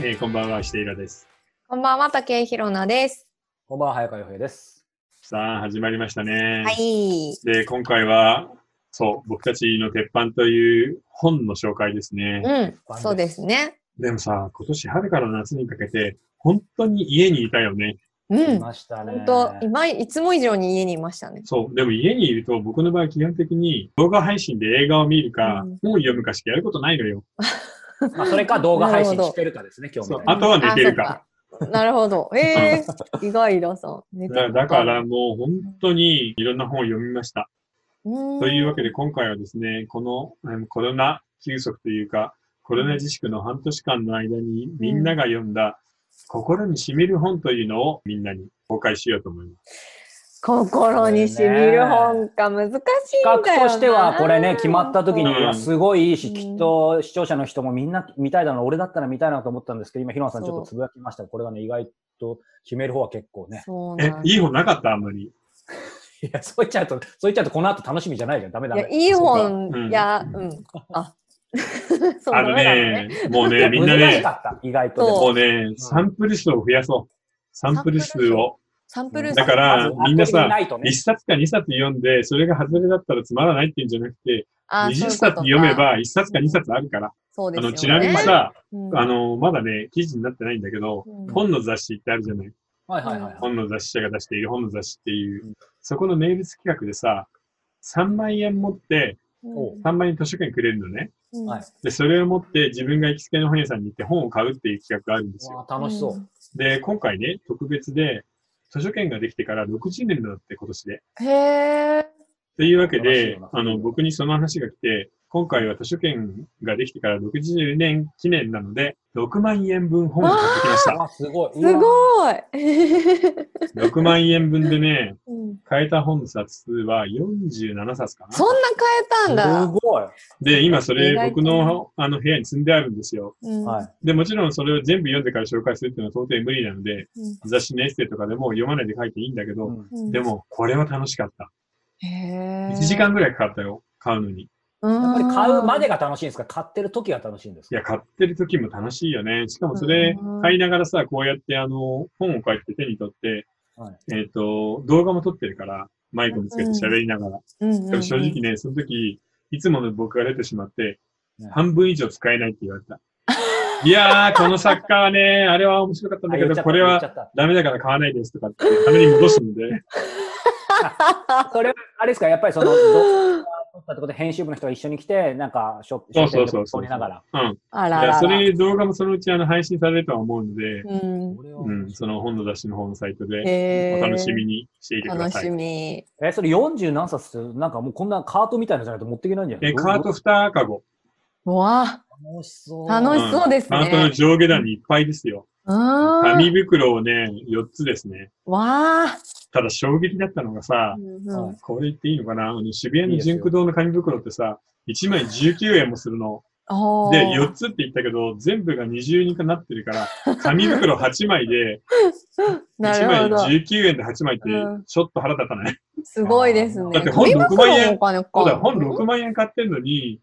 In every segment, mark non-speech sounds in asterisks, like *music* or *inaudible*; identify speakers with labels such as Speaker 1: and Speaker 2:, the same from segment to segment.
Speaker 1: えーこんばんは、していらです。
Speaker 2: こんばんは、竹井ひろなです。
Speaker 3: こんばんは、早川洋平です。
Speaker 1: さあ、始まりましたね。
Speaker 2: い。
Speaker 1: で、今回は、そう、僕たちの鉄板という本の紹介ですね。
Speaker 2: うん、そうですね。
Speaker 1: でもさ、今年春から夏にかけて、本当に家にいたよね。
Speaker 2: う
Speaker 3: い
Speaker 2: ん。
Speaker 3: ましたね。
Speaker 2: 本当、今、いつも以上に家にいましたね。
Speaker 1: そう、でも家にいると、僕の場合基本的に動画配信で映画を見るか、
Speaker 2: うん
Speaker 1: 本を読むかしかやることないのよ。
Speaker 3: まあ、それか動画配
Speaker 2: な
Speaker 3: 信
Speaker 2: るほど
Speaker 3: してるかです
Speaker 2: *laughs*
Speaker 3: ね、今日み
Speaker 1: そう
Speaker 3: たい
Speaker 1: あ
Speaker 3: な。
Speaker 1: とは寝てるか。
Speaker 2: あ。そっかなるほど。え
Speaker 1: *laughs*
Speaker 2: ー、意外ださん。寝て
Speaker 1: だ
Speaker 2: た
Speaker 1: だから、もう本当にいろんな本を読みました。
Speaker 2: と
Speaker 1: というわけで今回はですね、このうんコロナ休息というか、コロナ自粛の半年間の間にみんなが読んだ心に染みる本というのをみんなに公開しようと思います。
Speaker 2: 心にしみる本か難しいんだよな。
Speaker 3: 企画としては、これね、決まった時に、
Speaker 1: うん
Speaker 3: いやすごいいいし、
Speaker 2: うん
Speaker 3: きっと視聴者の人もみんな見たいだろう、俺だったら見たいなと思ったんですけど、今、ひろさんちょっとつぶやきました。これがね、意外と決める方は結構ね。
Speaker 2: そう
Speaker 1: え
Speaker 2: なん、だ
Speaker 1: いい本なかったあんまり。
Speaker 3: いや、そう言っちゃうと、そう言っちゃうと、この後楽しみじゃないじゃん。ダメダ
Speaker 2: いや
Speaker 3: メ。
Speaker 2: いい
Speaker 1: そうかう
Speaker 2: 本、
Speaker 1: ん
Speaker 2: いや、うん。
Speaker 1: *laughs*
Speaker 2: あ、そう
Speaker 1: あ
Speaker 2: ダ
Speaker 1: の
Speaker 2: メなのね。
Speaker 1: ね、もう
Speaker 2: *laughs*
Speaker 1: ね、みんな
Speaker 3: 難し
Speaker 1: ね
Speaker 3: か、った、意外と。
Speaker 2: そ
Speaker 1: も
Speaker 2: う
Speaker 1: うね、サンプル数を増やそう。サンプル数を。
Speaker 2: サンプル数
Speaker 1: だからみんなさ1
Speaker 3: 一
Speaker 1: 冊か2冊読んで、それが外れだったらつまらないっていうんじゃなくて、
Speaker 2: あ
Speaker 1: 20
Speaker 2: そういう
Speaker 1: 冊
Speaker 2: ことか
Speaker 1: 読めば1冊か2冊あるから。
Speaker 2: そう
Speaker 1: あ
Speaker 2: ですよ
Speaker 1: の、
Speaker 2: ね。
Speaker 1: ちなみにさ、
Speaker 2: うん、
Speaker 1: あの、まだね、記事になってないんだけど、
Speaker 2: うん、
Speaker 1: 本の雑誌ってあるじゃない。
Speaker 3: はいはいはいはい。
Speaker 1: 本の雑誌社が出している本の雑誌っていう、そこの名物企画でさ、3万円持って、
Speaker 2: うん
Speaker 1: 3万円図書券くれるのね。
Speaker 2: うん
Speaker 3: はい
Speaker 1: で、それを持って自分が行きつけの本屋さんに行って本を買うっていう企画があるんですよ。
Speaker 3: わあ楽しそう。
Speaker 2: ん
Speaker 1: で、今回ね、特別で、図書券ができてから60年だって今年で。
Speaker 2: へえ。
Speaker 1: というわけ
Speaker 3: 素晴らしい
Speaker 1: で
Speaker 3: よな、
Speaker 1: あの、僕にその話が来て、今回は図書券ができてから60年記念なので、6万円分本を買ってきました。
Speaker 3: あ、すごい。
Speaker 2: す
Speaker 3: うわ
Speaker 2: ごい。
Speaker 1: 6万円分でね、
Speaker 2: うん
Speaker 1: 買えた本の冊数は47冊かな。
Speaker 2: そんな変えたんだ。
Speaker 3: すごい。
Speaker 1: で、今それ
Speaker 2: 意外と
Speaker 1: 僕のあの部屋に積んであるんですよ。
Speaker 2: うん
Speaker 3: はい。
Speaker 1: で、もちろんそれを全部読んでから紹介するっていうのは到底無理なので、
Speaker 2: うん
Speaker 1: 雑誌のエッセイとかでも読まないで書いていいんだけど、
Speaker 3: うん
Speaker 2: うん
Speaker 1: でもこれは楽しかった。
Speaker 2: へ
Speaker 1: 1
Speaker 2: ー
Speaker 1: 時間ぐらいかかったよ、買うのに。い
Speaker 3: やっぱり買うまで
Speaker 2: が。
Speaker 3: が楽しいんですか買ってる時が楽しいんですか
Speaker 1: や、買ってる時も楽しいよね。しかもそれ
Speaker 2: うん
Speaker 1: 買いながらさ、こうやってあの、本をこうやって手に取って、
Speaker 3: はい
Speaker 1: えっ、と、動画も撮ってるから、マイクにつけて喋りながら。
Speaker 2: うんうんうん
Speaker 1: でも正直ね、その時、いつもの僕が出てしまって
Speaker 3: ね、
Speaker 1: 半分以上使えないって言われた。いやー、この作家はね、 *laughs* あれは面白かったんだけ
Speaker 3: あ言っち
Speaker 1: ど、
Speaker 3: ゃった
Speaker 1: これ
Speaker 3: 言っ
Speaker 1: は
Speaker 3: ちゃった
Speaker 1: ダメだから買わないですとかって、金に戻すので、
Speaker 3: それはあれですかやっぱりその、ど撮ったってことで編集部の人が一緒に来て、なんか、ショ
Speaker 1: そう
Speaker 3: ッ
Speaker 1: そうそう
Speaker 3: プ撮りながら。
Speaker 1: うん。
Speaker 2: あ
Speaker 1: い
Speaker 2: らら
Speaker 1: や、
Speaker 2: ら。
Speaker 1: それ動画もそのうちあの配信されるとは思うので、
Speaker 2: うん
Speaker 3: これは
Speaker 1: うん、その本の雑誌の方のサイトで、
Speaker 2: へ
Speaker 1: お
Speaker 2: ー
Speaker 1: 楽しみにしていてくだ
Speaker 2: 楽
Speaker 1: さ
Speaker 2: し
Speaker 1: い。
Speaker 2: み。
Speaker 3: え、それ40何冊って、なんかもうこんなカートみたいなのじゃないと持っていけないんじゃない
Speaker 1: え、カート2カゴ。
Speaker 2: うわ
Speaker 3: 楽しそう。
Speaker 2: 楽しそうですね
Speaker 1: カートの上下段にいっぱいですよ。
Speaker 2: ぁ。うん。
Speaker 1: 紙袋をね、4つですね。
Speaker 2: わぁ。
Speaker 1: ただ衝撃だったのがさ、
Speaker 2: うんうん
Speaker 3: はい
Speaker 1: これ言っていいのかなあの渋谷の純駆堂の紙袋ってさ、1枚19円もするの。
Speaker 2: おー
Speaker 1: で、4つって言ったけど、全部が20になってる
Speaker 2: *laughs*
Speaker 1: から、紙袋8枚で、
Speaker 2: な
Speaker 1: 1
Speaker 2: るほ
Speaker 1: 枚
Speaker 2: ど。
Speaker 1: 19円で8枚って
Speaker 2: うん、
Speaker 1: ちょっと腹立たない。
Speaker 2: すごいですね。
Speaker 1: だって本6万円
Speaker 2: 紙袋もお金か
Speaker 1: そうだ、本6万円買ってんのに、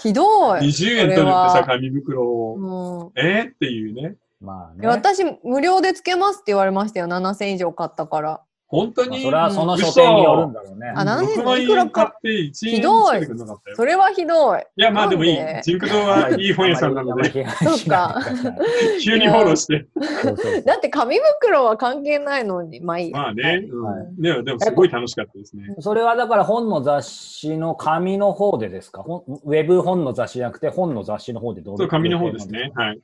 Speaker 2: ひどい。
Speaker 1: 20円取るって
Speaker 2: そ
Speaker 1: さ
Speaker 2: れは、
Speaker 1: 紙袋を。
Speaker 2: うん
Speaker 1: えー、っていうね。
Speaker 3: まあ
Speaker 2: い
Speaker 3: ね。
Speaker 2: や私、無料でつけますって言われましたよ。7000以上買ったから。
Speaker 1: 本当
Speaker 3: まあ
Speaker 1: に、
Speaker 3: それはその書店によるんだろうね。
Speaker 2: あなんで
Speaker 1: 6万
Speaker 2: いくら
Speaker 1: 円買
Speaker 2: か
Speaker 1: って1円
Speaker 2: ひどい
Speaker 1: つけてくれなかったよ。
Speaker 2: それはひどい。
Speaker 1: いや、まあでもいい
Speaker 2: なんで。
Speaker 1: 純駆堂はいい本屋さんな
Speaker 2: *laughs*
Speaker 1: ので、
Speaker 3: あまり。あまり批判しないでください
Speaker 1: 急にフォローして。
Speaker 3: そうそうそう
Speaker 2: だって紙袋は関係ないのに、まあいいや
Speaker 1: まあ
Speaker 2: は
Speaker 1: ね
Speaker 2: い。
Speaker 3: はい
Speaker 1: うんでも、でもすごい楽しかったですね。
Speaker 3: それはだから本の雑誌の紙の方でですかほんウェブ本の雑誌じゃなくて本の雑誌の方でどう
Speaker 1: そう、紙の方ですね。。はい。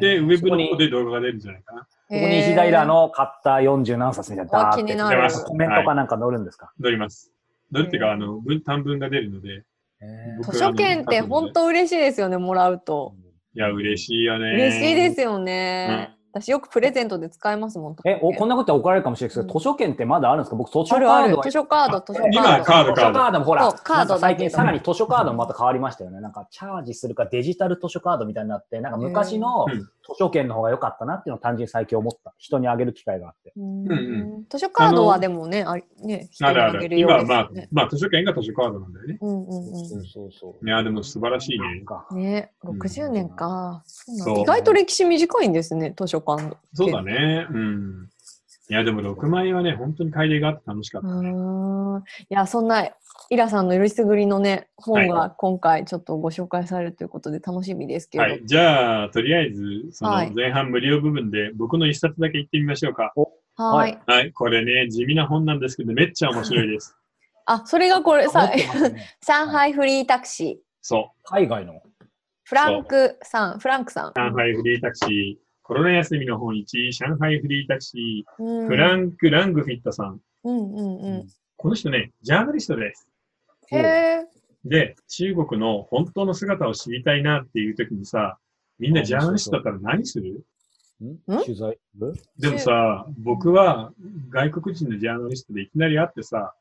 Speaker 1: で、ウ
Speaker 3: ウ
Speaker 1: ェ
Speaker 3: ェ
Speaker 1: ブ
Speaker 3: ブ
Speaker 1: の
Speaker 3: の
Speaker 1: 方
Speaker 3: 方
Speaker 1: で
Speaker 3: で。
Speaker 1: 動画が出るんじゃないかな。
Speaker 3: ここに石平
Speaker 2: へ
Speaker 3: の買った40何冊みたいな
Speaker 2: あ
Speaker 3: ダーって
Speaker 2: 気にな
Speaker 1: る
Speaker 3: なんかコメントかなんか載るんですか、
Speaker 1: 乗ります。乗るっていう
Speaker 2: へ
Speaker 1: か、
Speaker 2: ー
Speaker 1: あの、文短文が出るので、
Speaker 3: へ
Speaker 2: ー図書券って本当嬉しいですよね、もらうと。
Speaker 1: いや、嬉しいよね。
Speaker 2: 嬉しいですよね。私よくプレゼントで使いますもん。
Speaker 3: えおこんなことは怒られるかもしれないですけど、図書券ってまだあるんですか僕図書カ
Speaker 2: あ
Speaker 3: ー
Speaker 2: る
Speaker 3: ド
Speaker 2: ある
Speaker 3: は
Speaker 2: 図書カード、図書カード。
Speaker 1: 今カード
Speaker 3: 図書カードもほ
Speaker 2: そ
Speaker 3: ら
Speaker 2: う、カード
Speaker 3: なんか最
Speaker 2: だけ
Speaker 3: 近
Speaker 2: ど
Speaker 3: さらに図書カードもまた変わりましたよね。なんかチャージするかデジタル図書カードみたいになって、なんか昔の
Speaker 1: うん
Speaker 3: 図図書券の方が良かったなっていうのを単純に最近思った。人にあげる機会があって。
Speaker 1: うんう
Speaker 2: 図書カードはでもね、あね、人
Speaker 1: あ
Speaker 2: に
Speaker 1: るあ
Speaker 2: あげ
Speaker 1: る。
Speaker 2: るよ
Speaker 1: 今は
Speaker 2: うです
Speaker 1: ま
Speaker 2: よ
Speaker 1: あ
Speaker 2: ね、。
Speaker 1: まあ図書券が図書カードなんだよね。
Speaker 2: うんうん
Speaker 3: そうそうそう。
Speaker 1: いや、でも素晴らしいね。
Speaker 3: か
Speaker 2: うん。ね、
Speaker 1: うん
Speaker 2: 60年か。そうなんだ
Speaker 1: そう
Speaker 2: 意外と歴史短いんですね、図書館の。
Speaker 1: そうだね。うん。いや、でも6万円はね、本当に改例があって楽しかっ
Speaker 2: う
Speaker 1: た。
Speaker 2: ーん。いや、そんな、イラさんのよりすぐりのね、本が今回ちょっとご紹介されるということで楽しみですけれ
Speaker 1: は
Speaker 2: ど。
Speaker 1: い。じゃあ、とりあえず、その
Speaker 2: はい
Speaker 1: 前半無料部分で僕の一冊だけ言ってみましょうか。
Speaker 2: はーい
Speaker 3: は
Speaker 1: はい。これね、地味な本なんですけど、めっちゃ面白い
Speaker 2: *laughs*
Speaker 1: です。
Speaker 2: あ、それがこれ
Speaker 3: 持
Speaker 2: さ
Speaker 3: っ、てますね
Speaker 2: *laughs* 上海フリータクシー。
Speaker 1: そ
Speaker 3: 海外の。
Speaker 2: フランクさん、フランクさん。
Speaker 1: う。上海フリータクシー。コロナ休みの本1、上海フリータクシー。
Speaker 2: フ
Speaker 1: フランク・ラングフィットさん。
Speaker 2: うんうんうん。
Speaker 1: この人ね、ジャーナリストです。
Speaker 2: へえ。
Speaker 1: で、中国の本当の姿を知りたいなっていう時にさ、みんなジャーナリストだったら何する
Speaker 3: ん取材部
Speaker 1: でもさ、僕は外国人のジャーナリストでいきなり会ってさ、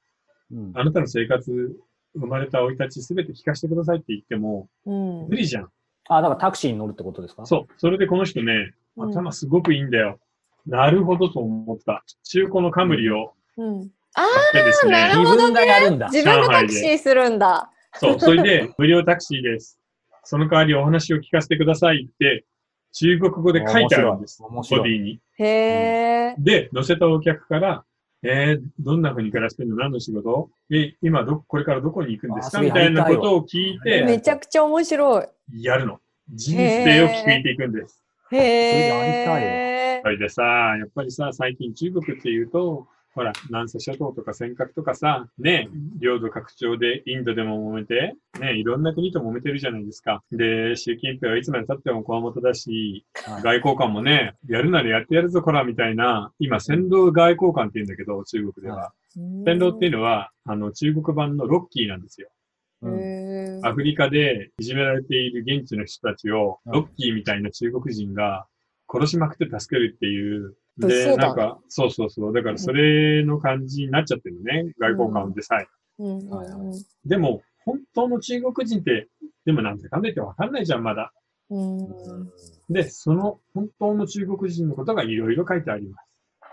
Speaker 3: うん
Speaker 1: あなたの生活、生まれた生い立ちすべて聞かせてくださいって言っても、
Speaker 2: うん
Speaker 1: 無。理じゃん。
Speaker 3: あ、だからタクシーに乗るってことですか
Speaker 1: そう。それでこの人ね、
Speaker 2: うん
Speaker 1: 頭すごくいいんだよ。なるほどと思った。中古のカムリを
Speaker 2: うん。あ
Speaker 1: 買ってです
Speaker 2: あーな
Speaker 1: ね
Speaker 2: る。
Speaker 3: 自分がやるんだ。
Speaker 2: 自分がタクシーするんだ。
Speaker 1: そう。それで、無料タクシーです。その代わりお話を聞かせてくださいって、中国語で書いてあるんです。ボ
Speaker 3: 面白い面白い
Speaker 1: ディに。
Speaker 2: へえ。
Speaker 1: で、乗せたお客から、えー、どんな風に暮らしてるの何の仕事え、今ど、これからどこに行くんですか
Speaker 3: あそれ
Speaker 1: みたいなことを聞い
Speaker 3: やりたいわ
Speaker 1: て、
Speaker 2: めちゃくちゃ面白い。
Speaker 1: やるの。人生を聞いていくんです。
Speaker 2: へ
Speaker 3: それ
Speaker 2: え
Speaker 1: そ。れでさ、やっぱりさ、最近中国っていうと、ほら、南西諸島とか尖閣とかさ、ね、領土拡張でインドでも揉めて、ね、いろんな国と揉めてるじゃないですか。で、習近平はいつまで経っても強元だし、
Speaker 3: はい
Speaker 1: 外交官もね、やるならやってやるぞ、こら、みたいな、今、先導外交官って言うんだけど、中国では。
Speaker 3: は
Speaker 1: 天狼っていう
Speaker 2: の
Speaker 1: のは、あの、中国版のロッキーなんですよ。
Speaker 3: うん
Speaker 2: へ
Speaker 1: アフリカでいじめられている現地の人たちを、
Speaker 3: うん
Speaker 1: ロッキーみたいな中国人が殺しまくって助けるっていう。
Speaker 2: 物
Speaker 1: で、
Speaker 2: 騒だ
Speaker 1: なんか、そうそうそう。だからそれの感じになっちゃってるのね。外交官でさえ。
Speaker 2: え。うんうん
Speaker 1: でも、本当の中国人って、でもなんてかんで言ってわかんないじゃん、まだ。
Speaker 2: うん。
Speaker 1: で、その本当の中国人のことがいろいろ書いてあります。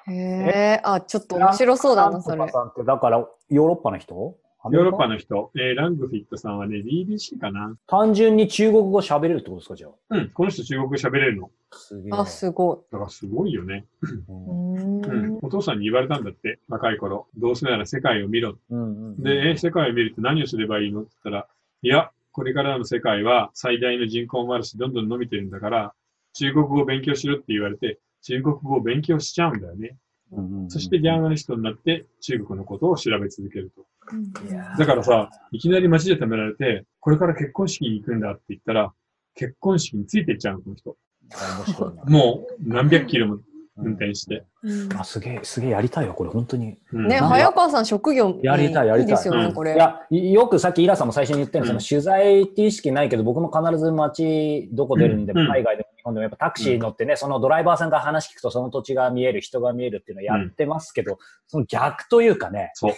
Speaker 2: うん。へえ。あ、ちょっと面白そうだな、そ
Speaker 3: ラン
Speaker 2: れ
Speaker 3: プ。さんって、だから、ヨーロッパの人
Speaker 1: ヨーロッパ
Speaker 3: の
Speaker 1: の人、えーラングフィットさんはね、BBC かな。
Speaker 3: 単純に中国語喋れるってことですか、じゃあ。
Speaker 1: うん、この人中国語喋れるの。
Speaker 3: すげえ。
Speaker 2: あ、すご
Speaker 1: だからすごいよね。
Speaker 3: う
Speaker 2: い。うん
Speaker 1: うんん。、お父さんに言われたんだって、若い頃。どうせなら世界を見ろ。
Speaker 3: うんうん
Speaker 1: で、え世界を見るって何をすればいいのって言ったら、いや、これからの世界は最大の人口もあるし、どんどん伸びてるんだから、中国語を勉強しろって言われて、中国語を勉強しちゃうんだよね。
Speaker 3: うんうん
Speaker 1: そしてジャーナリストになって、中国のことを調べ続けると。
Speaker 3: いや
Speaker 1: だからさ、いきなり街で止められて、これから結婚式に行くんだって言ったら、結婚式についていっちゃうの、この人。
Speaker 3: 面白いな
Speaker 1: もう何百キロも。
Speaker 3: うん
Speaker 1: 運転して。
Speaker 2: うん
Speaker 3: あ、すげえ、すげえやりたいわ、これ、本当に。
Speaker 1: うん
Speaker 2: ね、
Speaker 3: なんか
Speaker 2: 早川さん職業
Speaker 3: やりたいやりたい
Speaker 2: いですよ
Speaker 1: う
Speaker 2: ね、
Speaker 1: ん
Speaker 2: こ
Speaker 3: い
Speaker 2: れ。
Speaker 3: や、いよくさっきイラさんも最初に言ったように、
Speaker 1: うん
Speaker 3: その取材っていう意識ないけど、僕も必ず街、どこ出るんでも、
Speaker 1: うん
Speaker 3: 海外でも日本でも、やっぱタクシー乗ってね、そのドライバーさんが話聞くと、その土地が見える、人が見えるっていうのやってますけど、その逆というかね、
Speaker 1: そう。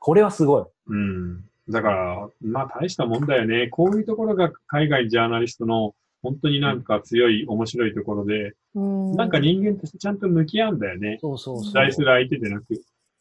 Speaker 3: これはすごい。
Speaker 1: うん。だから、まあ大したもんだよね。こういうところが海外ジャーナリストの本当になんか強い、面白いところで、
Speaker 2: な
Speaker 1: なんか、人間としてちゃんと向き合うんだよね。
Speaker 3: そうそう
Speaker 2: そう
Speaker 3: そう。
Speaker 1: 期待する相手でなく。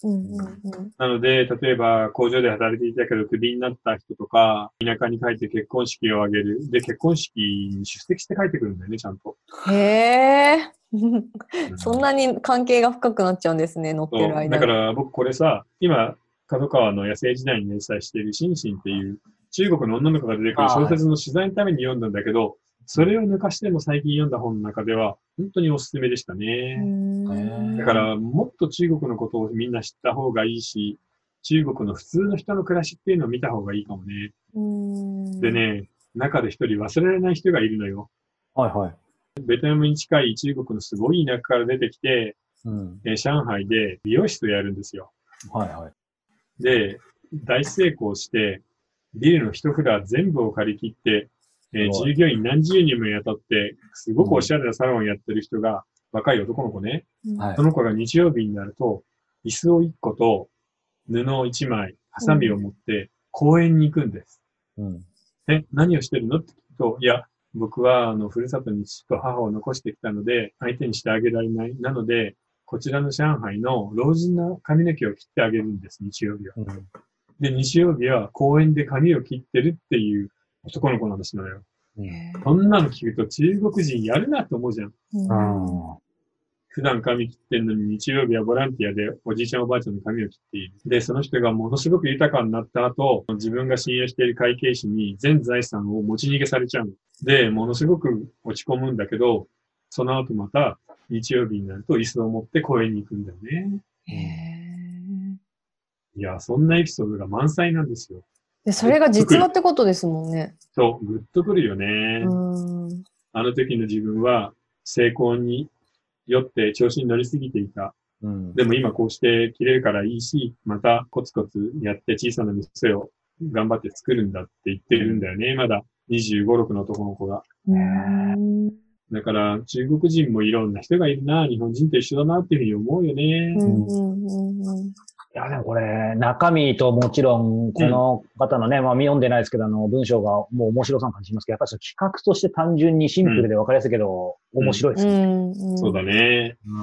Speaker 2: うんうんうん
Speaker 1: なので、例えば工場で働いていたけどクビになった人とか、田舎に帰って結婚式を挙げる。で、結婚式に出席して帰ってくるんだよね、ちゃんと。
Speaker 2: へえ。 *laughs* そん
Speaker 1: な
Speaker 2: なに関係が深くなっちゃうんですね、乗ってる間に。
Speaker 1: だから僕これさ、今、角川の野生時代に連載しているシンシンっていう中国の女の子が出てくる小説の取材のために読んだんだけど、それを抜かしても最近読んだ本の中では本当におすすめでした
Speaker 2: うー
Speaker 1: ね。
Speaker 2: ん
Speaker 1: だからもっと中国のことをみんな知った方がいいし、中国の普通の人の暮らしっていうのを見た方がいいかもね。
Speaker 2: うーん
Speaker 1: でね、中で一人忘れられない人がいるのよ。
Speaker 3: はいはい。
Speaker 1: ベトナムに近い中国のすごい田舎から出てきて、
Speaker 3: うん。
Speaker 1: えー上海で美容室をやるんですよ。
Speaker 3: はいはい。
Speaker 1: で、大成功して、ビルの一フラ全部を借り切って、えー
Speaker 3: すご
Speaker 1: 従
Speaker 3: い
Speaker 1: 業員何十人も雇って、すごくおしゃれなサロンをやってる人が、若い男の子ね、
Speaker 3: はい
Speaker 1: その子が日曜日になると、椅子を1個と布を1枚、ハサミを持って公園に行くんです。
Speaker 3: うん。
Speaker 1: ね、何をしてるのって聞くと、いや、僕は、あの、ふるさとに父と母を残してきたので、相手にしてあげられない。なので、こちらの上海の老人の髪の毛を切ってあげるんです、日曜日は。
Speaker 3: うん
Speaker 1: で、日曜日は公園で髪を切ってるっていう男の子の話なのよ。
Speaker 3: うん
Speaker 1: そんなの聞くと中国人やるなって思うじゃん。
Speaker 2: うん
Speaker 1: 普段髪切ってんのに日曜日はボランティアでおじいちゃんおばあちゃんの髪を切っている。で、その人がものすごく豊かになった後、自分が信用している会計士に全財産を持ち逃げされちゃうの。で、ものすごく落ち込むんだけど、その後また日曜日になると椅子を持って公園に行くんだよね。
Speaker 2: へえ
Speaker 1: いや、そんなエピソードが満載なんですよ。
Speaker 2: でそれが実話ってことですもんね。
Speaker 1: そう、グッとくるよね。
Speaker 2: うん
Speaker 1: あの時の自分は成功に酔って調子に乗りすぎていた。
Speaker 3: うん
Speaker 1: でも今こうして切れるからいいし、またコツコツやって小さな店を頑張って作るんだって言ってるんだよね。まだ25、6の男の子が。
Speaker 2: うん
Speaker 1: だから中国人もいろんな人がいるな、日本人と一緒だなっていうふうに思うよね。
Speaker 2: うんうん
Speaker 3: いや、でもこれ、中身ともちろん、この方のね、まあ読んでないですけど、あの、文章がもう面白さを感じますけど、やっぱりその企画として単純にシンプルで分かりやすいけど、
Speaker 1: うん
Speaker 3: 面白いで
Speaker 2: う
Speaker 3: すね。
Speaker 2: ん
Speaker 1: そうだ
Speaker 2: ね。
Speaker 1: ね。
Speaker 3: う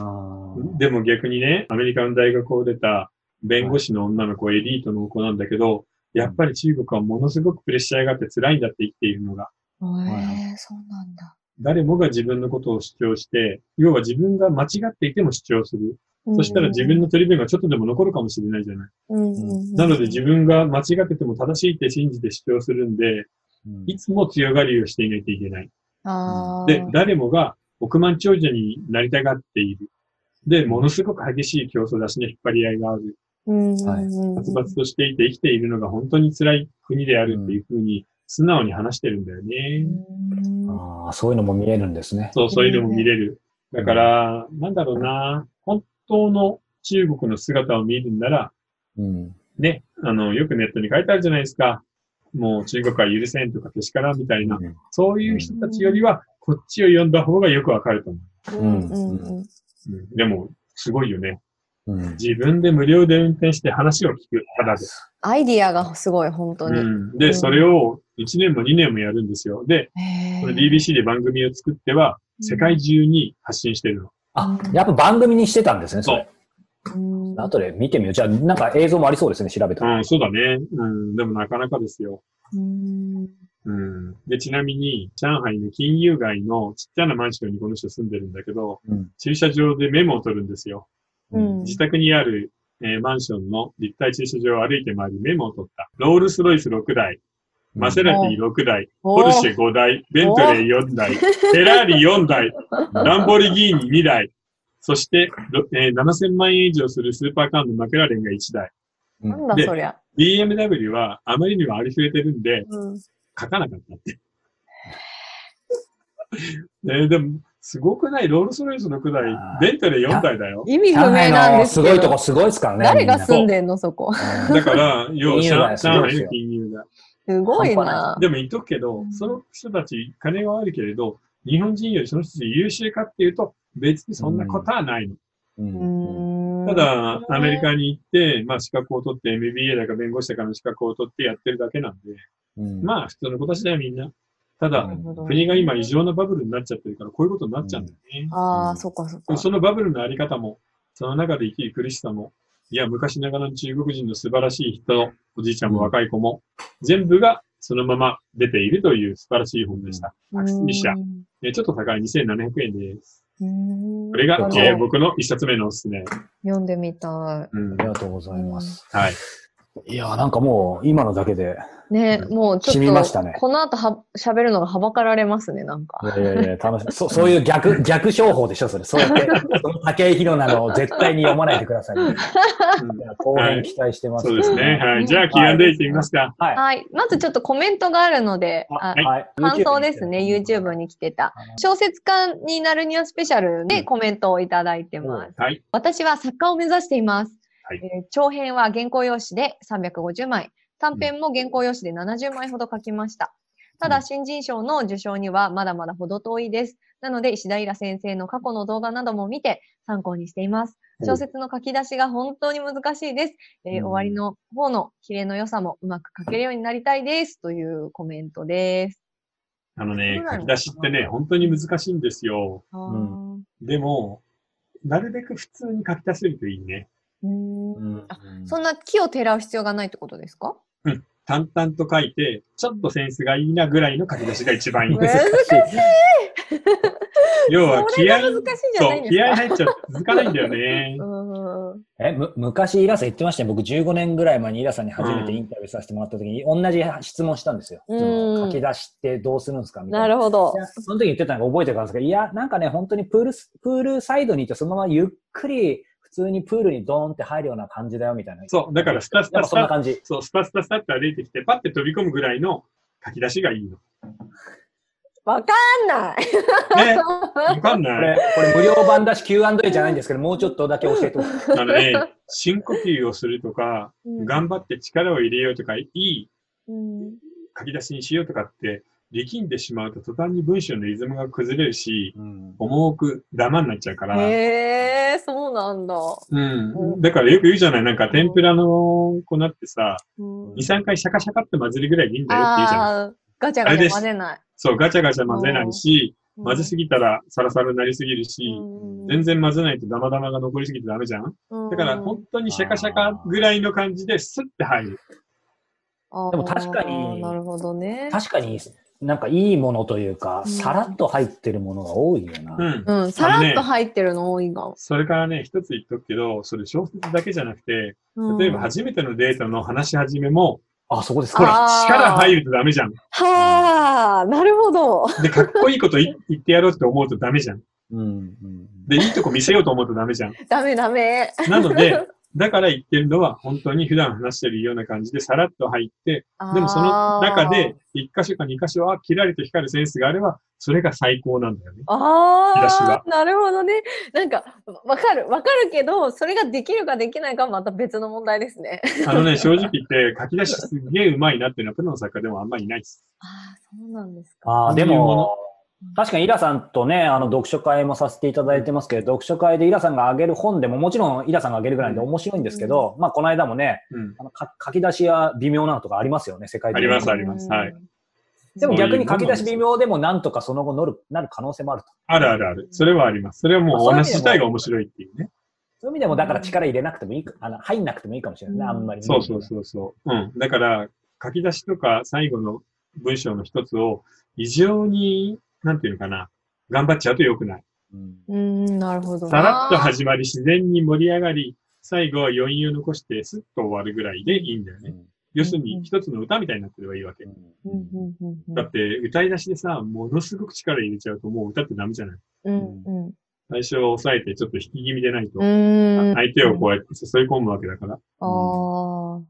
Speaker 3: ん
Speaker 1: でも逆にね、アメリカの大学を出た弁護士の女の子、エリートの子なんだけど、やっぱり中国はものすごくプレッシャーがあって辛いんだって生きているのが。
Speaker 2: へえそうなんだ。
Speaker 1: 誰もが自分のことを主張して、要は自分が間違っていても主張する。そしたら自分の取り分がちょっとでも残るかもしれないじゃない。な
Speaker 2: な
Speaker 1: ので自分が間違ってても正しいって信じて主張するんで、
Speaker 3: うん
Speaker 1: いつも強がりをしていないといけない。
Speaker 2: あー
Speaker 1: で、誰もが億万長者になりたがっている。で、ものすごく激しい競争だしね、引っ張り合いがある。
Speaker 2: うんうん
Speaker 3: はい
Speaker 2: うん
Speaker 1: 殺伐としていて生きているのが本当に辛い国であるっていうふうに素直に話してるんだよね。
Speaker 2: うん
Speaker 3: ああ、そういうのも見れるんですね。
Speaker 1: そう、そういうのも見れる。だから、なんだろうな、本当の中国の姿を見るんなら、
Speaker 3: うん。
Speaker 1: ね、あの、よくネットに書いてあるじゃないですか。もう中国は許せんとかけしからんみたいな、そういう人たちよりは、こっちを読んだ方がよくわかると思
Speaker 2: うん
Speaker 3: うん
Speaker 2: うんうん
Speaker 1: う。うん、でも、すごいよね。
Speaker 3: うん。
Speaker 1: 自分で無料で運転して話を聞く、ただで。
Speaker 2: アイディアがすごい、本当
Speaker 1: う
Speaker 2: に。
Speaker 1: ん、で、それを1年も2年もやるんですよ。で、
Speaker 2: へー
Speaker 1: これ BBC で番組を作っては、世界中に発信してるの。
Speaker 3: あ、やっぱ番組にしてたんですね、それ。
Speaker 2: うん
Speaker 3: 後で見てみよう。じゃあ、なんか映像もありそうですね、調べたら。
Speaker 1: うん、そうだね。うん、でもなかなかですよ。
Speaker 2: うん
Speaker 1: うん。で、ちなみに、上海の金融街のちっちゃなマンションにこの人住んでるんだけど、
Speaker 3: うん。
Speaker 1: 駐車場でメモを取るんですよ。
Speaker 2: うん
Speaker 1: 自宅にある、えーマンションの立体駐車場を歩いて回りメモを取った。ロールスロイス6台、マセラティ6台、ポルシェ5台、ベントレー4台、フェラーリ4台、
Speaker 2: *laughs*
Speaker 1: ランボルギーニ2台、そして、ろえー7000万円以上するスーパーカーのマクラーレンが1台。
Speaker 3: う
Speaker 2: なん
Speaker 3: ん
Speaker 2: だ
Speaker 1: で
Speaker 2: そりゃ。
Speaker 1: BMW はあまりにもありふれてるんで、
Speaker 2: うん
Speaker 1: 書かなかったって。ねでも、すごくないロールスロイス6台
Speaker 3: あ、ー
Speaker 1: ベントレー4台だよ。
Speaker 2: 意味不
Speaker 3: 上
Speaker 2: 明
Speaker 3: 海
Speaker 2: なん
Speaker 3: の
Speaker 2: です
Speaker 3: す
Speaker 2: けど。
Speaker 3: ごいとこすごいですからね。
Speaker 2: 誰が
Speaker 1: す
Speaker 2: 住んでんの、そこ。
Speaker 1: だから、要は
Speaker 3: 金融街
Speaker 1: 上
Speaker 3: すごい
Speaker 1: 上海
Speaker 3: です
Speaker 1: の
Speaker 3: よ
Speaker 1: 金融街。
Speaker 2: すごいな。
Speaker 1: でも言っとくけど
Speaker 2: う、ん
Speaker 1: その人たち、金はあるけれど、日本人よりその人たち優秀かっていうと、別にそんなことはないの。
Speaker 3: み
Speaker 2: う
Speaker 3: んなうん
Speaker 2: ん
Speaker 1: ただ、アメリカに行って、まあ資格を取って、MBA だか弁護士だかの資格を取ってやってるだけなんで、
Speaker 3: うん
Speaker 1: まあ普通の子たちだよ、みんな。た
Speaker 3: う
Speaker 1: だ
Speaker 3: ん、
Speaker 1: 国が今異常なバブルになっちゃってるから、こういうことになっちゃうんだよね。
Speaker 2: あ
Speaker 3: う
Speaker 2: あ、
Speaker 3: ん
Speaker 2: そっかそっ
Speaker 1: でも
Speaker 2: か。
Speaker 1: そのバブルのあり方も、その中で生きる苦しさも、いや、昔ながらの中国人の素晴らしい人、おじいちゃんも若い子も、全部がそのまま出ているという素晴らしい本でした。
Speaker 2: う
Speaker 1: タクシ
Speaker 2: ん
Speaker 1: ー車。えちょっと高い2700円です。
Speaker 2: うん
Speaker 1: これが、
Speaker 2: な
Speaker 1: え
Speaker 2: る
Speaker 1: ー
Speaker 2: ほど
Speaker 1: 僕の一冊目のおすすめ。
Speaker 2: 読んでみた
Speaker 1: うん
Speaker 3: ありがとうございます。
Speaker 1: はい。
Speaker 3: いやー、なんかもう、今のだけで、
Speaker 2: い。ね、もうち
Speaker 3: 染み
Speaker 2: ょ
Speaker 3: ま
Speaker 2: っ
Speaker 3: した
Speaker 2: と、
Speaker 3: ね
Speaker 2: この後は喋るのがはばかられますね、なんか
Speaker 3: い。やいやいや、楽しい。そそういう逆、逆商法でしょ、それ。そうやって、その竹井宏なのを絶対に読まないでください、ね。いや後編期待してます。
Speaker 1: そうですね。はい。じゃあ、
Speaker 3: はい
Speaker 1: Q&A 行ってみますか。
Speaker 3: はい。
Speaker 2: はい。まずちょっとコメントがあるので、あ
Speaker 3: はい
Speaker 2: 感想ですね、YouTube に来てた。小説家になるにはスペシャルでコメントをいただいてます。
Speaker 1: はい。
Speaker 2: 私は作家を目指しています、
Speaker 1: はい
Speaker 2: えー長編は原稿用紙で350枚、短編も原稿用紙で70枚ほど書きました。た
Speaker 3: う
Speaker 2: だ、
Speaker 3: ん
Speaker 2: 新人賞の受賞にはまだまだ程遠いです。なので、石田イラ先生の過去の動画なども見て参考にしています。
Speaker 1: お
Speaker 2: 小説の書き出しが本当に難しいです。えー
Speaker 3: う
Speaker 2: 終
Speaker 3: ん
Speaker 2: わりの方の綺麗の良さもうまく書けるようになりたいです。というコメントです。
Speaker 1: あのね
Speaker 2: そう、な
Speaker 1: 書
Speaker 2: ん
Speaker 1: き
Speaker 2: だ
Speaker 1: 出しってね、本当に難しいんですよ。
Speaker 2: あ
Speaker 3: ん
Speaker 2: ー
Speaker 1: でも、なるべく普通に書き出せるといいね。
Speaker 2: うーんあそ
Speaker 3: ん
Speaker 2: んな木をてらう必要がないってことですか
Speaker 1: 淡々と書いて、ちょっとセンスがいいなぐらいの書き出しが一番いい。
Speaker 2: 難
Speaker 3: しい。
Speaker 1: 要は
Speaker 2: それ
Speaker 1: 気合
Speaker 2: が
Speaker 1: い、
Speaker 2: 難しいんじゃない
Speaker 1: そう
Speaker 2: んです
Speaker 1: 気
Speaker 2: か
Speaker 1: 合入っちゃって続かないんだよね。
Speaker 2: うーん
Speaker 3: え、む、昔、イラさん言ってましたよ。僕、15年ぐらい前にイラさんに初めて
Speaker 1: うん
Speaker 3: インタビューさせてもらった時に、同じ質問したんですよ。
Speaker 2: うん
Speaker 3: その書き出しってどうするんですかみたい
Speaker 2: な
Speaker 3: な。
Speaker 2: るほど
Speaker 3: い。やその時言ってたのが覚えてたんですけど、いや、なんかね、本当にプールス、プールサイドにいて、そのままゆっくり、普通にプールにドーンって入るような感じだよ、みたいな。
Speaker 1: そう、だからスタス
Speaker 3: や
Speaker 1: タ
Speaker 3: っぱ
Speaker 1: ス
Speaker 3: そんな
Speaker 1: タ、
Speaker 3: 感じ。
Speaker 1: そう、スタスタスタって歩いてきて、パッて飛び込むぐらいの書き出しがいいの。
Speaker 2: わかんない。
Speaker 1: ね、
Speaker 2: *laughs*
Speaker 1: わかん
Speaker 3: こ
Speaker 1: ない
Speaker 3: れ。、これ無料版だし Q&A じゃないんですけど、もうちょっとだけ教えてほしい。
Speaker 1: あのね、深呼吸をするとか、
Speaker 2: うん
Speaker 1: 頑張って力を入れようとか、いい
Speaker 2: うん
Speaker 1: 書き出しにしようとかって、力んでしまうと途端に文章のリズムが崩れるし、重くダマになっちゃうから、
Speaker 2: へえ、そうなんだ。
Speaker 1: うん。だからよく言うじゃない、なんか天ぷらの粉ってさ、
Speaker 2: う
Speaker 1: 2、
Speaker 2: ん
Speaker 1: 3回シャカシャカって混ぜるぐらいでいいんだよって言うじゃない。
Speaker 2: ああ、ガチャガチャ混ぜない。
Speaker 1: そう、ガチャガチャ混ぜないし、
Speaker 2: うん
Speaker 1: 混ぜすぎたらサラサラになりすぎるし、全然混ぜないとダマダマが残りすぎてダメじゃんだから本当にシャカシャカぐらいの感じでスッて入る。
Speaker 2: 当
Speaker 3: でも確かに
Speaker 2: なるほどね。
Speaker 3: 確かに、なんかいいものというか、
Speaker 2: うん
Speaker 3: さらっと入ってるものが多いよな。
Speaker 1: うん。
Speaker 2: うん、さらっと入ってるの多いが。
Speaker 1: それからね、一つ言っとくけど、それ小説だけじゃなくて、
Speaker 2: うん
Speaker 1: 例えば初めてのデートの話し始めも、
Speaker 3: あ、そこです
Speaker 1: ほら
Speaker 3: か。
Speaker 2: あ、ー
Speaker 1: 力入るとダメじゃん。
Speaker 2: はあ、なるほど。
Speaker 1: で、かっこいいこと
Speaker 2: *laughs*
Speaker 1: い言ってやろうって思うとダメじゃん。
Speaker 3: うん。うん
Speaker 1: で、いいとこ見せようと思うとダメじゃん。
Speaker 2: ダメダメ。
Speaker 1: なの
Speaker 2: *laughs*
Speaker 1: で、だから言ってるのは、本当に普段話してるような感じで、さらっと入って、でもその中で、1箇所か2箇所は、キラリと光るセンスがあれば、それが最高なんだよね。
Speaker 2: あ
Speaker 1: 見出し
Speaker 2: ー
Speaker 1: が
Speaker 2: あー、なるほどね。なんか、わかる、わかるけど、それができるかできないかはまた別の問題ですね。
Speaker 1: あ *laughs* のね、正直言って、書き出しすっげえうまいなっていうのは、プロの作家でもあんまりいないです。
Speaker 2: ああ、そうなんですか。
Speaker 3: ああ、で
Speaker 1: そういうも
Speaker 3: も、確かにイラさんとね、あの、読書会もさせていただいてますけど、読書会でイラさんがあげる本でも、もちろんイラさんがあげるぐらいなんで面白いんですけど、まあ、この間もね、
Speaker 1: うん。
Speaker 3: あのか書き出しは微妙なのとかありますよね、世界的に。
Speaker 1: ありますありますはい
Speaker 2: うん。
Speaker 3: でも
Speaker 1: そういう
Speaker 3: 逆に書き
Speaker 1: もんなんで
Speaker 3: 出し
Speaker 1: す
Speaker 3: 微妙でも、なんとかその後乗る、なる可能性もあると。
Speaker 1: あるあるある。それはあります。それはもうお話自体が面白いっていうね。
Speaker 3: そういう意味でも、だから力入れなくてもいいか、あの、入んなくてもいいかもしれないね、
Speaker 2: うん
Speaker 3: あんまり。
Speaker 1: そうそうそうそう。うん。だから、書き出しとか最後の文章の一つを、異常に、なんていうのかな、頑張っちゃうと良くない。
Speaker 3: うん。
Speaker 2: うーん、なるほどな。
Speaker 1: さらっと始まり、自然に盛り上がり、最後は余韻を残して、スッと終わるぐらいでいいんだよね。要する
Speaker 2: うんう
Speaker 1: に、
Speaker 2: ん
Speaker 1: 一つの歌みたいになってればいいわけ。
Speaker 2: うんうんうんうん
Speaker 1: だって、歌い出しでさ、ものすごく力入れちゃうと、もう歌ってダメじゃない。
Speaker 2: うんうん
Speaker 1: 最初は抑えて、ちょっと引き気味でないと
Speaker 2: う、ーん。
Speaker 1: 相手をこうやって注い込むわけだから。
Speaker 2: ああ、そっ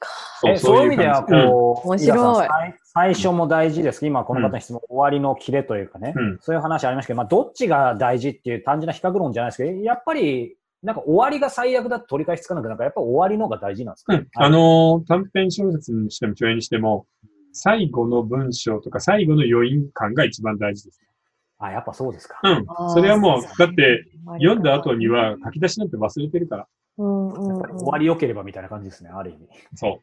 Speaker 2: か。
Speaker 1: そう
Speaker 3: えそういう意味では、
Speaker 1: 感じうん
Speaker 3: こう、
Speaker 2: うん面白い
Speaker 3: 皆さん最最初も大事ですけど、今この方の質問、終わりのキレというかね、
Speaker 1: うん
Speaker 3: そういう話ありましたけど、まあ、どっちが大事っていう単純な比較論じゃないですけど、やっぱり、なんか終わりが最悪だと取り返しつかなくなるから、やっぱ終わりの方が大事なんですか、
Speaker 1: うんあのー短編小説にしても、著演にしても、最後の文章とか、最後の余韻感が一番大事です。
Speaker 3: あ、やっぱそうですか。
Speaker 1: うん
Speaker 2: あ。ー
Speaker 1: それはもう
Speaker 2: そ
Speaker 1: だ
Speaker 2: う、
Speaker 1: って、、読んだ後には書
Speaker 2: う
Speaker 1: き出しなんて忘れてるから。
Speaker 2: んうん
Speaker 3: や
Speaker 2: う
Speaker 3: っ
Speaker 2: ん
Speaker 3: ぱり終わり良ければみたいな感じですね、ある意味。
Speaker 1: そ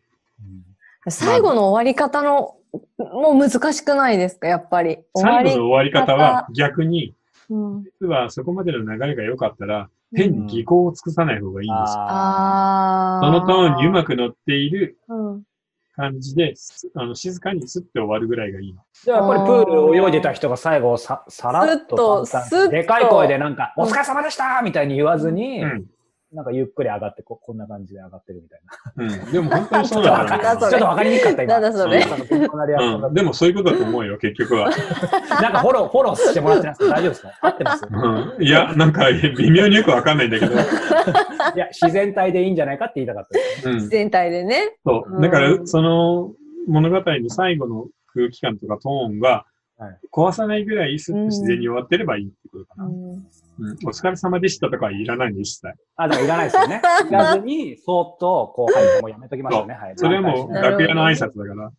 Speaker 2: 最後の終わり方の、もう難しくないですか、やっぱり。
Speaker 1: う。
Speaker 2: 終わ
Speaker 1: 最後
Speaker 2: り。
Speaker 1: の終わり方は逆に、
Speaker 2: うん
Speaker 1: 実はそこまでの流れが良かったら、変に技巧を尽くさない方がいいんですよ。
Speaker 2: あ
Speaker 3: あ
Speaker 2: あ。
Speaker 1: そのトーンにうまく乗っている
Speaker 2: うん
Speaker 1: 感じで、すあの静かにスッて終わるぐらいがいいの。
Speaker 3: ーじゃあやっぱりプール泳いでた人が最後さ、さらっと
Speaker 2: スッと
Speaker 3: 淡々
Speaker 2: スッと
Speaker 3: でかい声でなんか、お疲れ様でしたみたいに言わずに、
Speaker 1: うん。
Speaker 3: なんかゆっくり上がってこ、こんな感じで上がってるみたいな。
Speaker 1: うん。でも本当にそう
Speaker 3: ち
Speaker 1: な
Speaker 3: ょっとわ
Speaker 1: んだよ
Speaker 2: なんだ
Speaker 3: か *laughs*
Speaker 2: それ
Speaker 3: ちょっとわかりにくかった、今。
Speaker 2: なんだそ
Speaker 1: れ
Speaker 3: こんなリアクションだ
Speaker 1: うん。でもそういうことだと思うよ、結局は。
Speaker 3: なんかフォロー、フォローしてもらってます大丈夫ですか合ってます
Speaker 1: うん。いや、なんか微妙によくわかんないんだけど。
Speaker 3: いや、自然体でいいんじゃないかって言いたかったです。
Speaker 1: うん。
Speaker 2: 全体でね。
Speaker 1: そうう。
Speaker 2: ん
Speaker 1: だから、その物語の最後の空気感とかトーンが
Speaker 3: はい、
Speaker 1: 壊さないぐらいスッと自然に終わってればいいってことか
Speaker 2: う
Speaker 1: な。
Speaker 2: ん
Speaker 1: うん。お疲れ様でしたとかはいらないんで一切。
Speaker 3: あ、でもいらないですよね。いらずに、そーっと、こう、はい、もうやめときましょうね。はい。
Speaker 1: それはもう
Speaker 2: なるほど
Speaker 1: 楽屋の挨拶だから。うん。
Speaker 2: 楽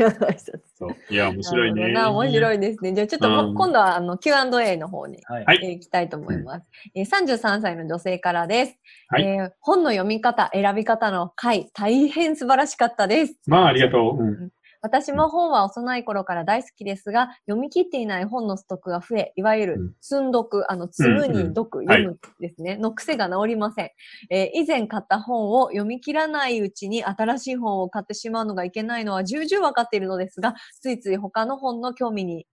Speaker 2: 屋の挨拶。
Speaker 1: そう。いや、面白いね。
Speaker 2: なるほどな面白
Speaker 1: い。
Speaker 2: いですね。じゃあちょっともう
Speaker 1: うん
Speaker 2: 今度はあの Q&A の方に、
Speaker 3: はい。
Speaker 1: はい
Speaker 2: えー行きたいと思います、えー。33歳の女性からです、
Speaker 1: はい
Speaker 2: えー本の読み方、選び方の回、大変素晴らしかったです。
Speaker 1: まあ、ありがとう。うん。
Speaker 2: 私も本は幼い頃から大好きですが、読み切っていない本のストックが増え、いわゆる積読、あの、積むに読、
Speaker 1: はい
Speaker 2: 読むですね、の癖が治りません。えー以前買った本を読み切らないうちに新しい本を買ってしまうのがいけないのは重々わかっているのですが、ついつい他の本の興味に、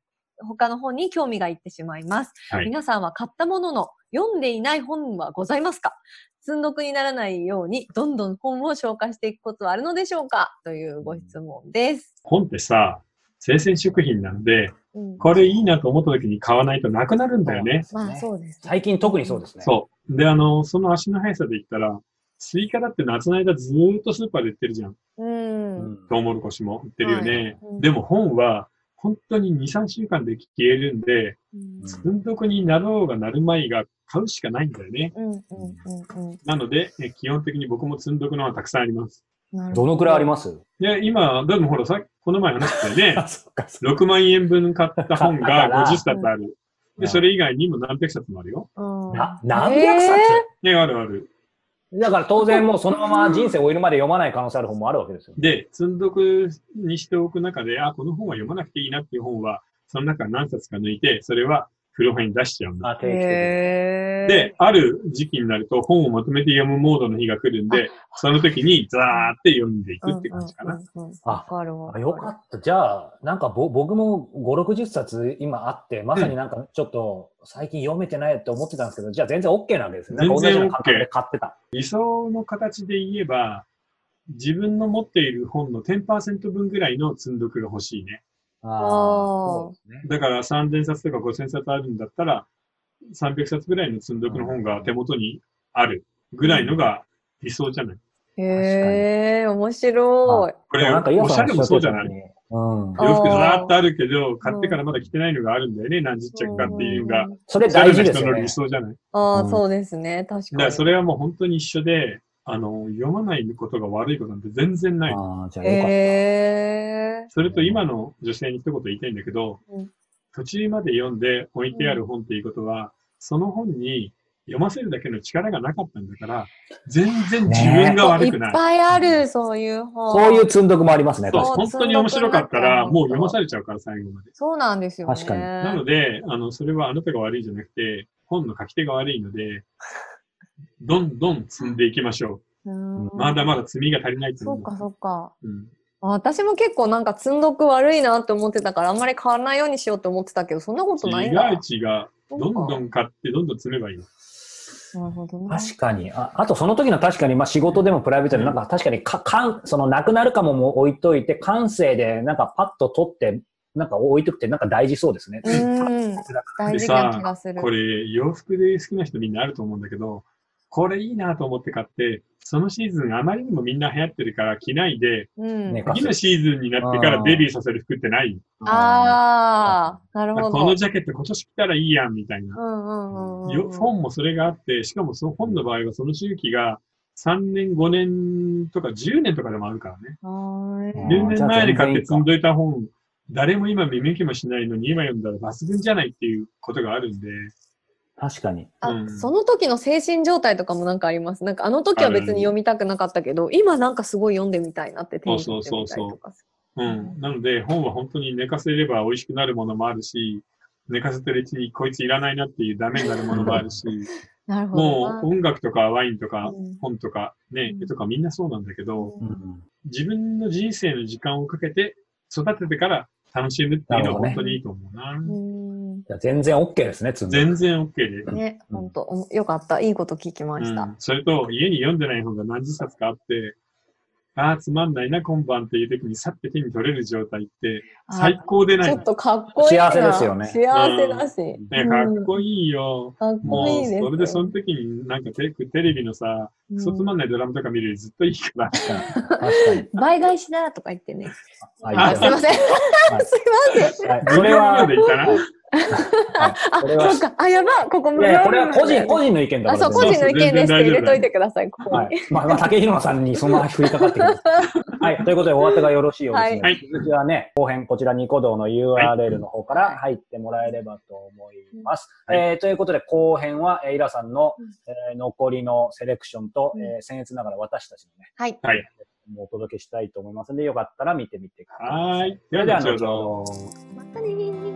Speaker 2: 他の本に興味がいってしまいます。
Speaker 1: はい。
Speaker 2: 皆さんは買ったものの読んでいない本はございますか積んどくにならないようにどんどん本を紹介していくことはあるのでしょうかというご質問です。
Speaker 1: 本ってさ、生鮮食品なんで、
Speaker 2: うん、
Speaker 1: これいいなと思った時に買わないとなくなるんだよね。
Speaker 2: まあそうですね。
Speaker 3: 最近特にそうですね。
Speaker 1: そう。で、あの、その足の速さで言ったら、スイカだって夏の間ずーっとスーパーで売ってるじゃん。
Speaker 2: うん。
Speaker 3: うん
Speaker 1: トウモロコシも売ってるよね。
Speaker 2: はいうん
Speaker 1: でも本は、本当に2、3週間で消えるんで、
Speaker 2: うん
Speaker 3: うん
Speaker 1: 積んどくになろうがなるまいが買うしかないんだよね。
Speaker 2: うんうんうん
Speaker 1: なので、え基本的に僕も積んどくのはたくさんあります。
Speaker 2: なるほ
Speaker 3: どのくらいあります。
Speaker 1: で、今、でもほら、さこの前話したよね
Speaker 3: そっか、そ
Speaker 1: 6万円分買った本
Speaker 3: だから
Speaker 1: が50冊ある。
Speaker 3: う
Speaker 1: で、それ以外にも何百冊もあるよ。
Speaker 2: うん
Speaker 3: な何百冊、
Speaker 1: ね、あるある。
Speaker 3: だから当然もうそのまま人生を終えるまで読まない可能性ある本もあるわけですよ。
Speaker 1: で、積んどくにしておく中で、あ、この本は読まなくていいなっていう本は、その中何冊か抜いて、それは古本に出しちゃうんだ。
Speaker 3: あ定期的に。
Speaker 2: へー
Speaker 1: で、、ある時期になると本をまとめて読むモードの日が来るんで、その時にザーって読んでいくって感じかな。
Speaker 2: うんうんうんうん
Speaker 3: あ
Speaker 2: わかるわ
Speaker 3: あ
Speaker 2: る。
Speaker 3: よかった。じゃあ、なんかぼ僕も5、60冊今あって、まさになんかちょっと最近読めてないって思ってたんですけど、じゃあ全然 OK なわけですよね。
Speaker 1: 全然
Speaker 3: 同じような感覚で買ってた。
Speaker 1: 理想の形で言えば、自分の持っている本の10%分ぐらいの積んどくが欲しいね。
Speaker 3: あ
Speaker 2: ー
Speaker 3: そうですね。
Speaker 1: だから3000冊とか5000冊あるんだったら、300冊ぐらいの積んどくの本が手元にあるぐらいのが理想じゃない
Speaker 2: へえ、面白い。
Speaker 1: こ
Speaker 3: で
Speaker 1: れ、
Speaker 3: もなんかイヤ
Speaker 1: おし
Speaker 3: さ
Speaker 1: ゃ
Speaker 3: ん
Speaker 1: れ
Speaker 3: がお
Speaker 1: も
Speaker 3: っし
Speaker 1: そう
Speaker 3: ゃっ
Speaker 1: じ
Speaker 3: てた
Speaker 1: ゃな
Speaker 3: の
Speaker 1: い
Speaker 3: に。うん。
Speaker 2: あ
Speaker 1: 洋服ずらーっとあるけど、買ってからまだ着てないのがあるんだよね、何十着かっていうのが
Speaker 2: ん。ん
Speaker 3: それ
Speaker 1: おしゃ
Speaker 3: 大
Speaker 1: れ
Speaker 3: 事
Speaker 1: な
Speaker 3: で
Speaker 1: 人
Speaker 3: すよ
Speaker 1: の
Speaker 3: ね
Speaker 1: 理。想じゃない。
Speaker 2: あ
Speaker 3: う
Speaker 2: あ、
Speaker 3: ん
Speaker 2: そうですね。確
Speaker 1: だ
Speaker 2: か
Speaker 1: か
Speaker 2: に。
Speaker 1: らそれはもう本当に一緒で、あの、読まないことが悪いことなんて全然ない。
Speaker 3: ああ、じゃあよかった。
Speaker 2: へえ。
Speaker 1: それと今の女性に一言言いたいんだけど、
Speaker 2: うん
Speaker 1: 途中まで読んで置いてある本っていうことは、その本に読ませるだけの力がなかったんだから、全然自分が悪くない
Speaker 2: っ。ぱいある、そういう本。
Speaker 3: そういう積んどくもありますね。
Speaker 1: そう
Speaker 3: 確か
Speaker 2: そ
Speaker 1: 本
Speaker 2: う
Speaker 1: 当に面白かったら、
Speaker 2: そう
Speaker 1: もう読まされちゃうから、最後まで。
Speaker 2: そうなんですよね。
Speaker 3: 確かに
Speaker 1: なので、あの、それはあなたが悪いじゃなくて、本の書き手が悪いので、どんどん積んでいきましょ
Speaker 2: う
Speaker 3: うん
Speaker 2: ん
Speaker 1: う。まだまだ積みが足りないと
Speaker 2: そ
Speaker 1: 思う
Speaker 2: う。か、そうか。
Speaker 1: うん。
Speaker 2: あ私も結構なんか積んどく悪いなって思ってたから、あんまり買わないようにしようって思ってたけど、そんなことないんだ。
Speaker 1: 違う違う。どんどん買って、どんどん積めばいいの。
Speaker 2: なるほどね。
Speaker 3: 確かに。ああと、その時の確かに、まあ仕事でもプライベートでも、なんか確かにか、かん、そのなくなるかもも置いといて、感性でなんかパッと取って、なんか置いとくってなんか大事そうですね。
Speaker 2: うん。大事な気がする。
Speaker 1: これ、洋服で好きな人みんなあると思うんだけど、これいいなと思って買って、そのシーズンあまりにもみんな流行ってるから着ないで、
Speaker 2: うん。
Speaker 3: ね
Speaker 1: 次のシーズンになってからデビューさせる服ってない。
Speaker 2: ああ、なる
Speaker 1: あ
Speaker 2: ほど。
Speaker 1: このジャケット今年着たらいいやんみたいな
Speaker 2: う。んうんうんうん。
Speaker 1: よ本もそれがあって、しかもその本の場合はその周期が3年、5年とか10年とかでもあるからね。
Speaker 2: はーい。
Speaker 3: う
Speaker 1: 10
Speaker 3: ん
Speaker 1: 年前に買って積
Speaker 3: じゃあ全然いいか
Speaker 1: んどいた本、誰も今見向きもしないのに今読んだら抜群じゃないっていうことがあるんで、
Speaker 3: 確かに。
Speaker 2: あ、
Speaker 1: うん
Speaker 2: その時の精神状態とかもなんかあります。なんかあの時は別に読みたくなかったけど、今なんかすごい読んでみたいなって手に取ってみたりとかす
Speaker 1: うん。なので本は本当に寝かせれば美味しくなるものもあるし、寝かせてるうちにこいついらないなっていうダメになるものもあるし、
Speaker 2: *laughs* る。なるほど
Speaker 1: も
Speaker 2: な。
Speaker 1: う音楽とかワインとか
Speaker 2: うん
Speaker 1: 本とかね、
Speaker 2: うん
Speaker 1: 絵とかみんなそうなんだけど、
Speaker 3: うん
Speaker 1: 自分の人生の時間をかけて育ててから楽しむっていうのは
Speaker 3: な
Speaker 1: 本
Speaker 3: るほ
Speaker 1: 当にいいと思うな。
Speaker 2: うん
Speaker 3: じゃあ全然 OK ですね、積んどく。
Speaker 1: 全然 OK で。
Speaker 2: ね、
Speaker 3: うん
Speaker 2: 本当およかった。いいこと聞きまし
Speaker 1: う
Speaker 2: た
Speaker 1: ん。それと、家に読んでない本が何十冊かあって、ああ、つまんないな、今晩っていう時にさって手に取れる状態って
Speaker 2: あ
Speaker 1: 最高でな
Speaker 2: ち
Speaker 1: い
Speaker 2: ょっとかっこいいな。
Speaker 3: 幸せですよね
Speaker 2: 幸せだし。
Speaker 1: ね、かっこいいよ。
Speaker 2: かっ
Speaker 1: も
Speaker 2: こ
Speaker 1: う、
Speaker 2: いいですよ。
Speaker 1: それでその時になんかテテレビのさ、
Speaker 2: うん
Speaker 1: くそつまんないドラマとか見るよりずっといいから。
Speaker 3: 確かに。
Speaker 2: 倍返しだとか言ってね。
Speaker 3: あ
Speaker 2: あ、すいません。すいません。
Speaker 3: せん。はいそれ
Speaker 1: *laughs*
Speaker 3: は、
Speaker 1: 無料でいいかな
Speaker 3: はいはいこれは
Speaker 2: あ、そうか。あ、やばい。ここ無
Speaker 3: いやいやこれは個
Speaker 2: 料
Speaker 3: 人、
Speaker 2: なんで
Speaker 3: 個人の意見だ
Speaker 2: あ、
Speaker 3: から。
Speaker 2: そう、個人の意見ですって入れといてください。ここ
Speaker 3: は
Speaker 2: に。
Speaker 3: い。まあ、まあ、竹広さんにそんな振りかかってくる。はい。ということで、お後がよろしいようですね。
Speaker 1: はい
Speaker 3: 続きはね、後編、こちらニコ動の URL の方から入ってもらえればと思います。
Speaker 1: はい
Speaker 3: えーということで、後編は、えーイラさんの
Speaker 2: うん、
Speaker 3: えー残りのセレクションと、
Speaker 2: うん
Speaker 3: えー、僭越ながら私たちのね、
Speaker 2: はい。
Speaker 1: はい。
Speaker 3: もお届けしたいと思いますので、よかったら見てみてください。
Speaker 1: はい。
Speaker 3: それ
Speaker 1: で
Speaker 3: では
Speaker 1: は、
Speaker 3: 後
Speaker 1: 後
Speaker 3: ほ
Speaker 1: ほど。
Speaker 3: ど。
Speaker 2: またねー。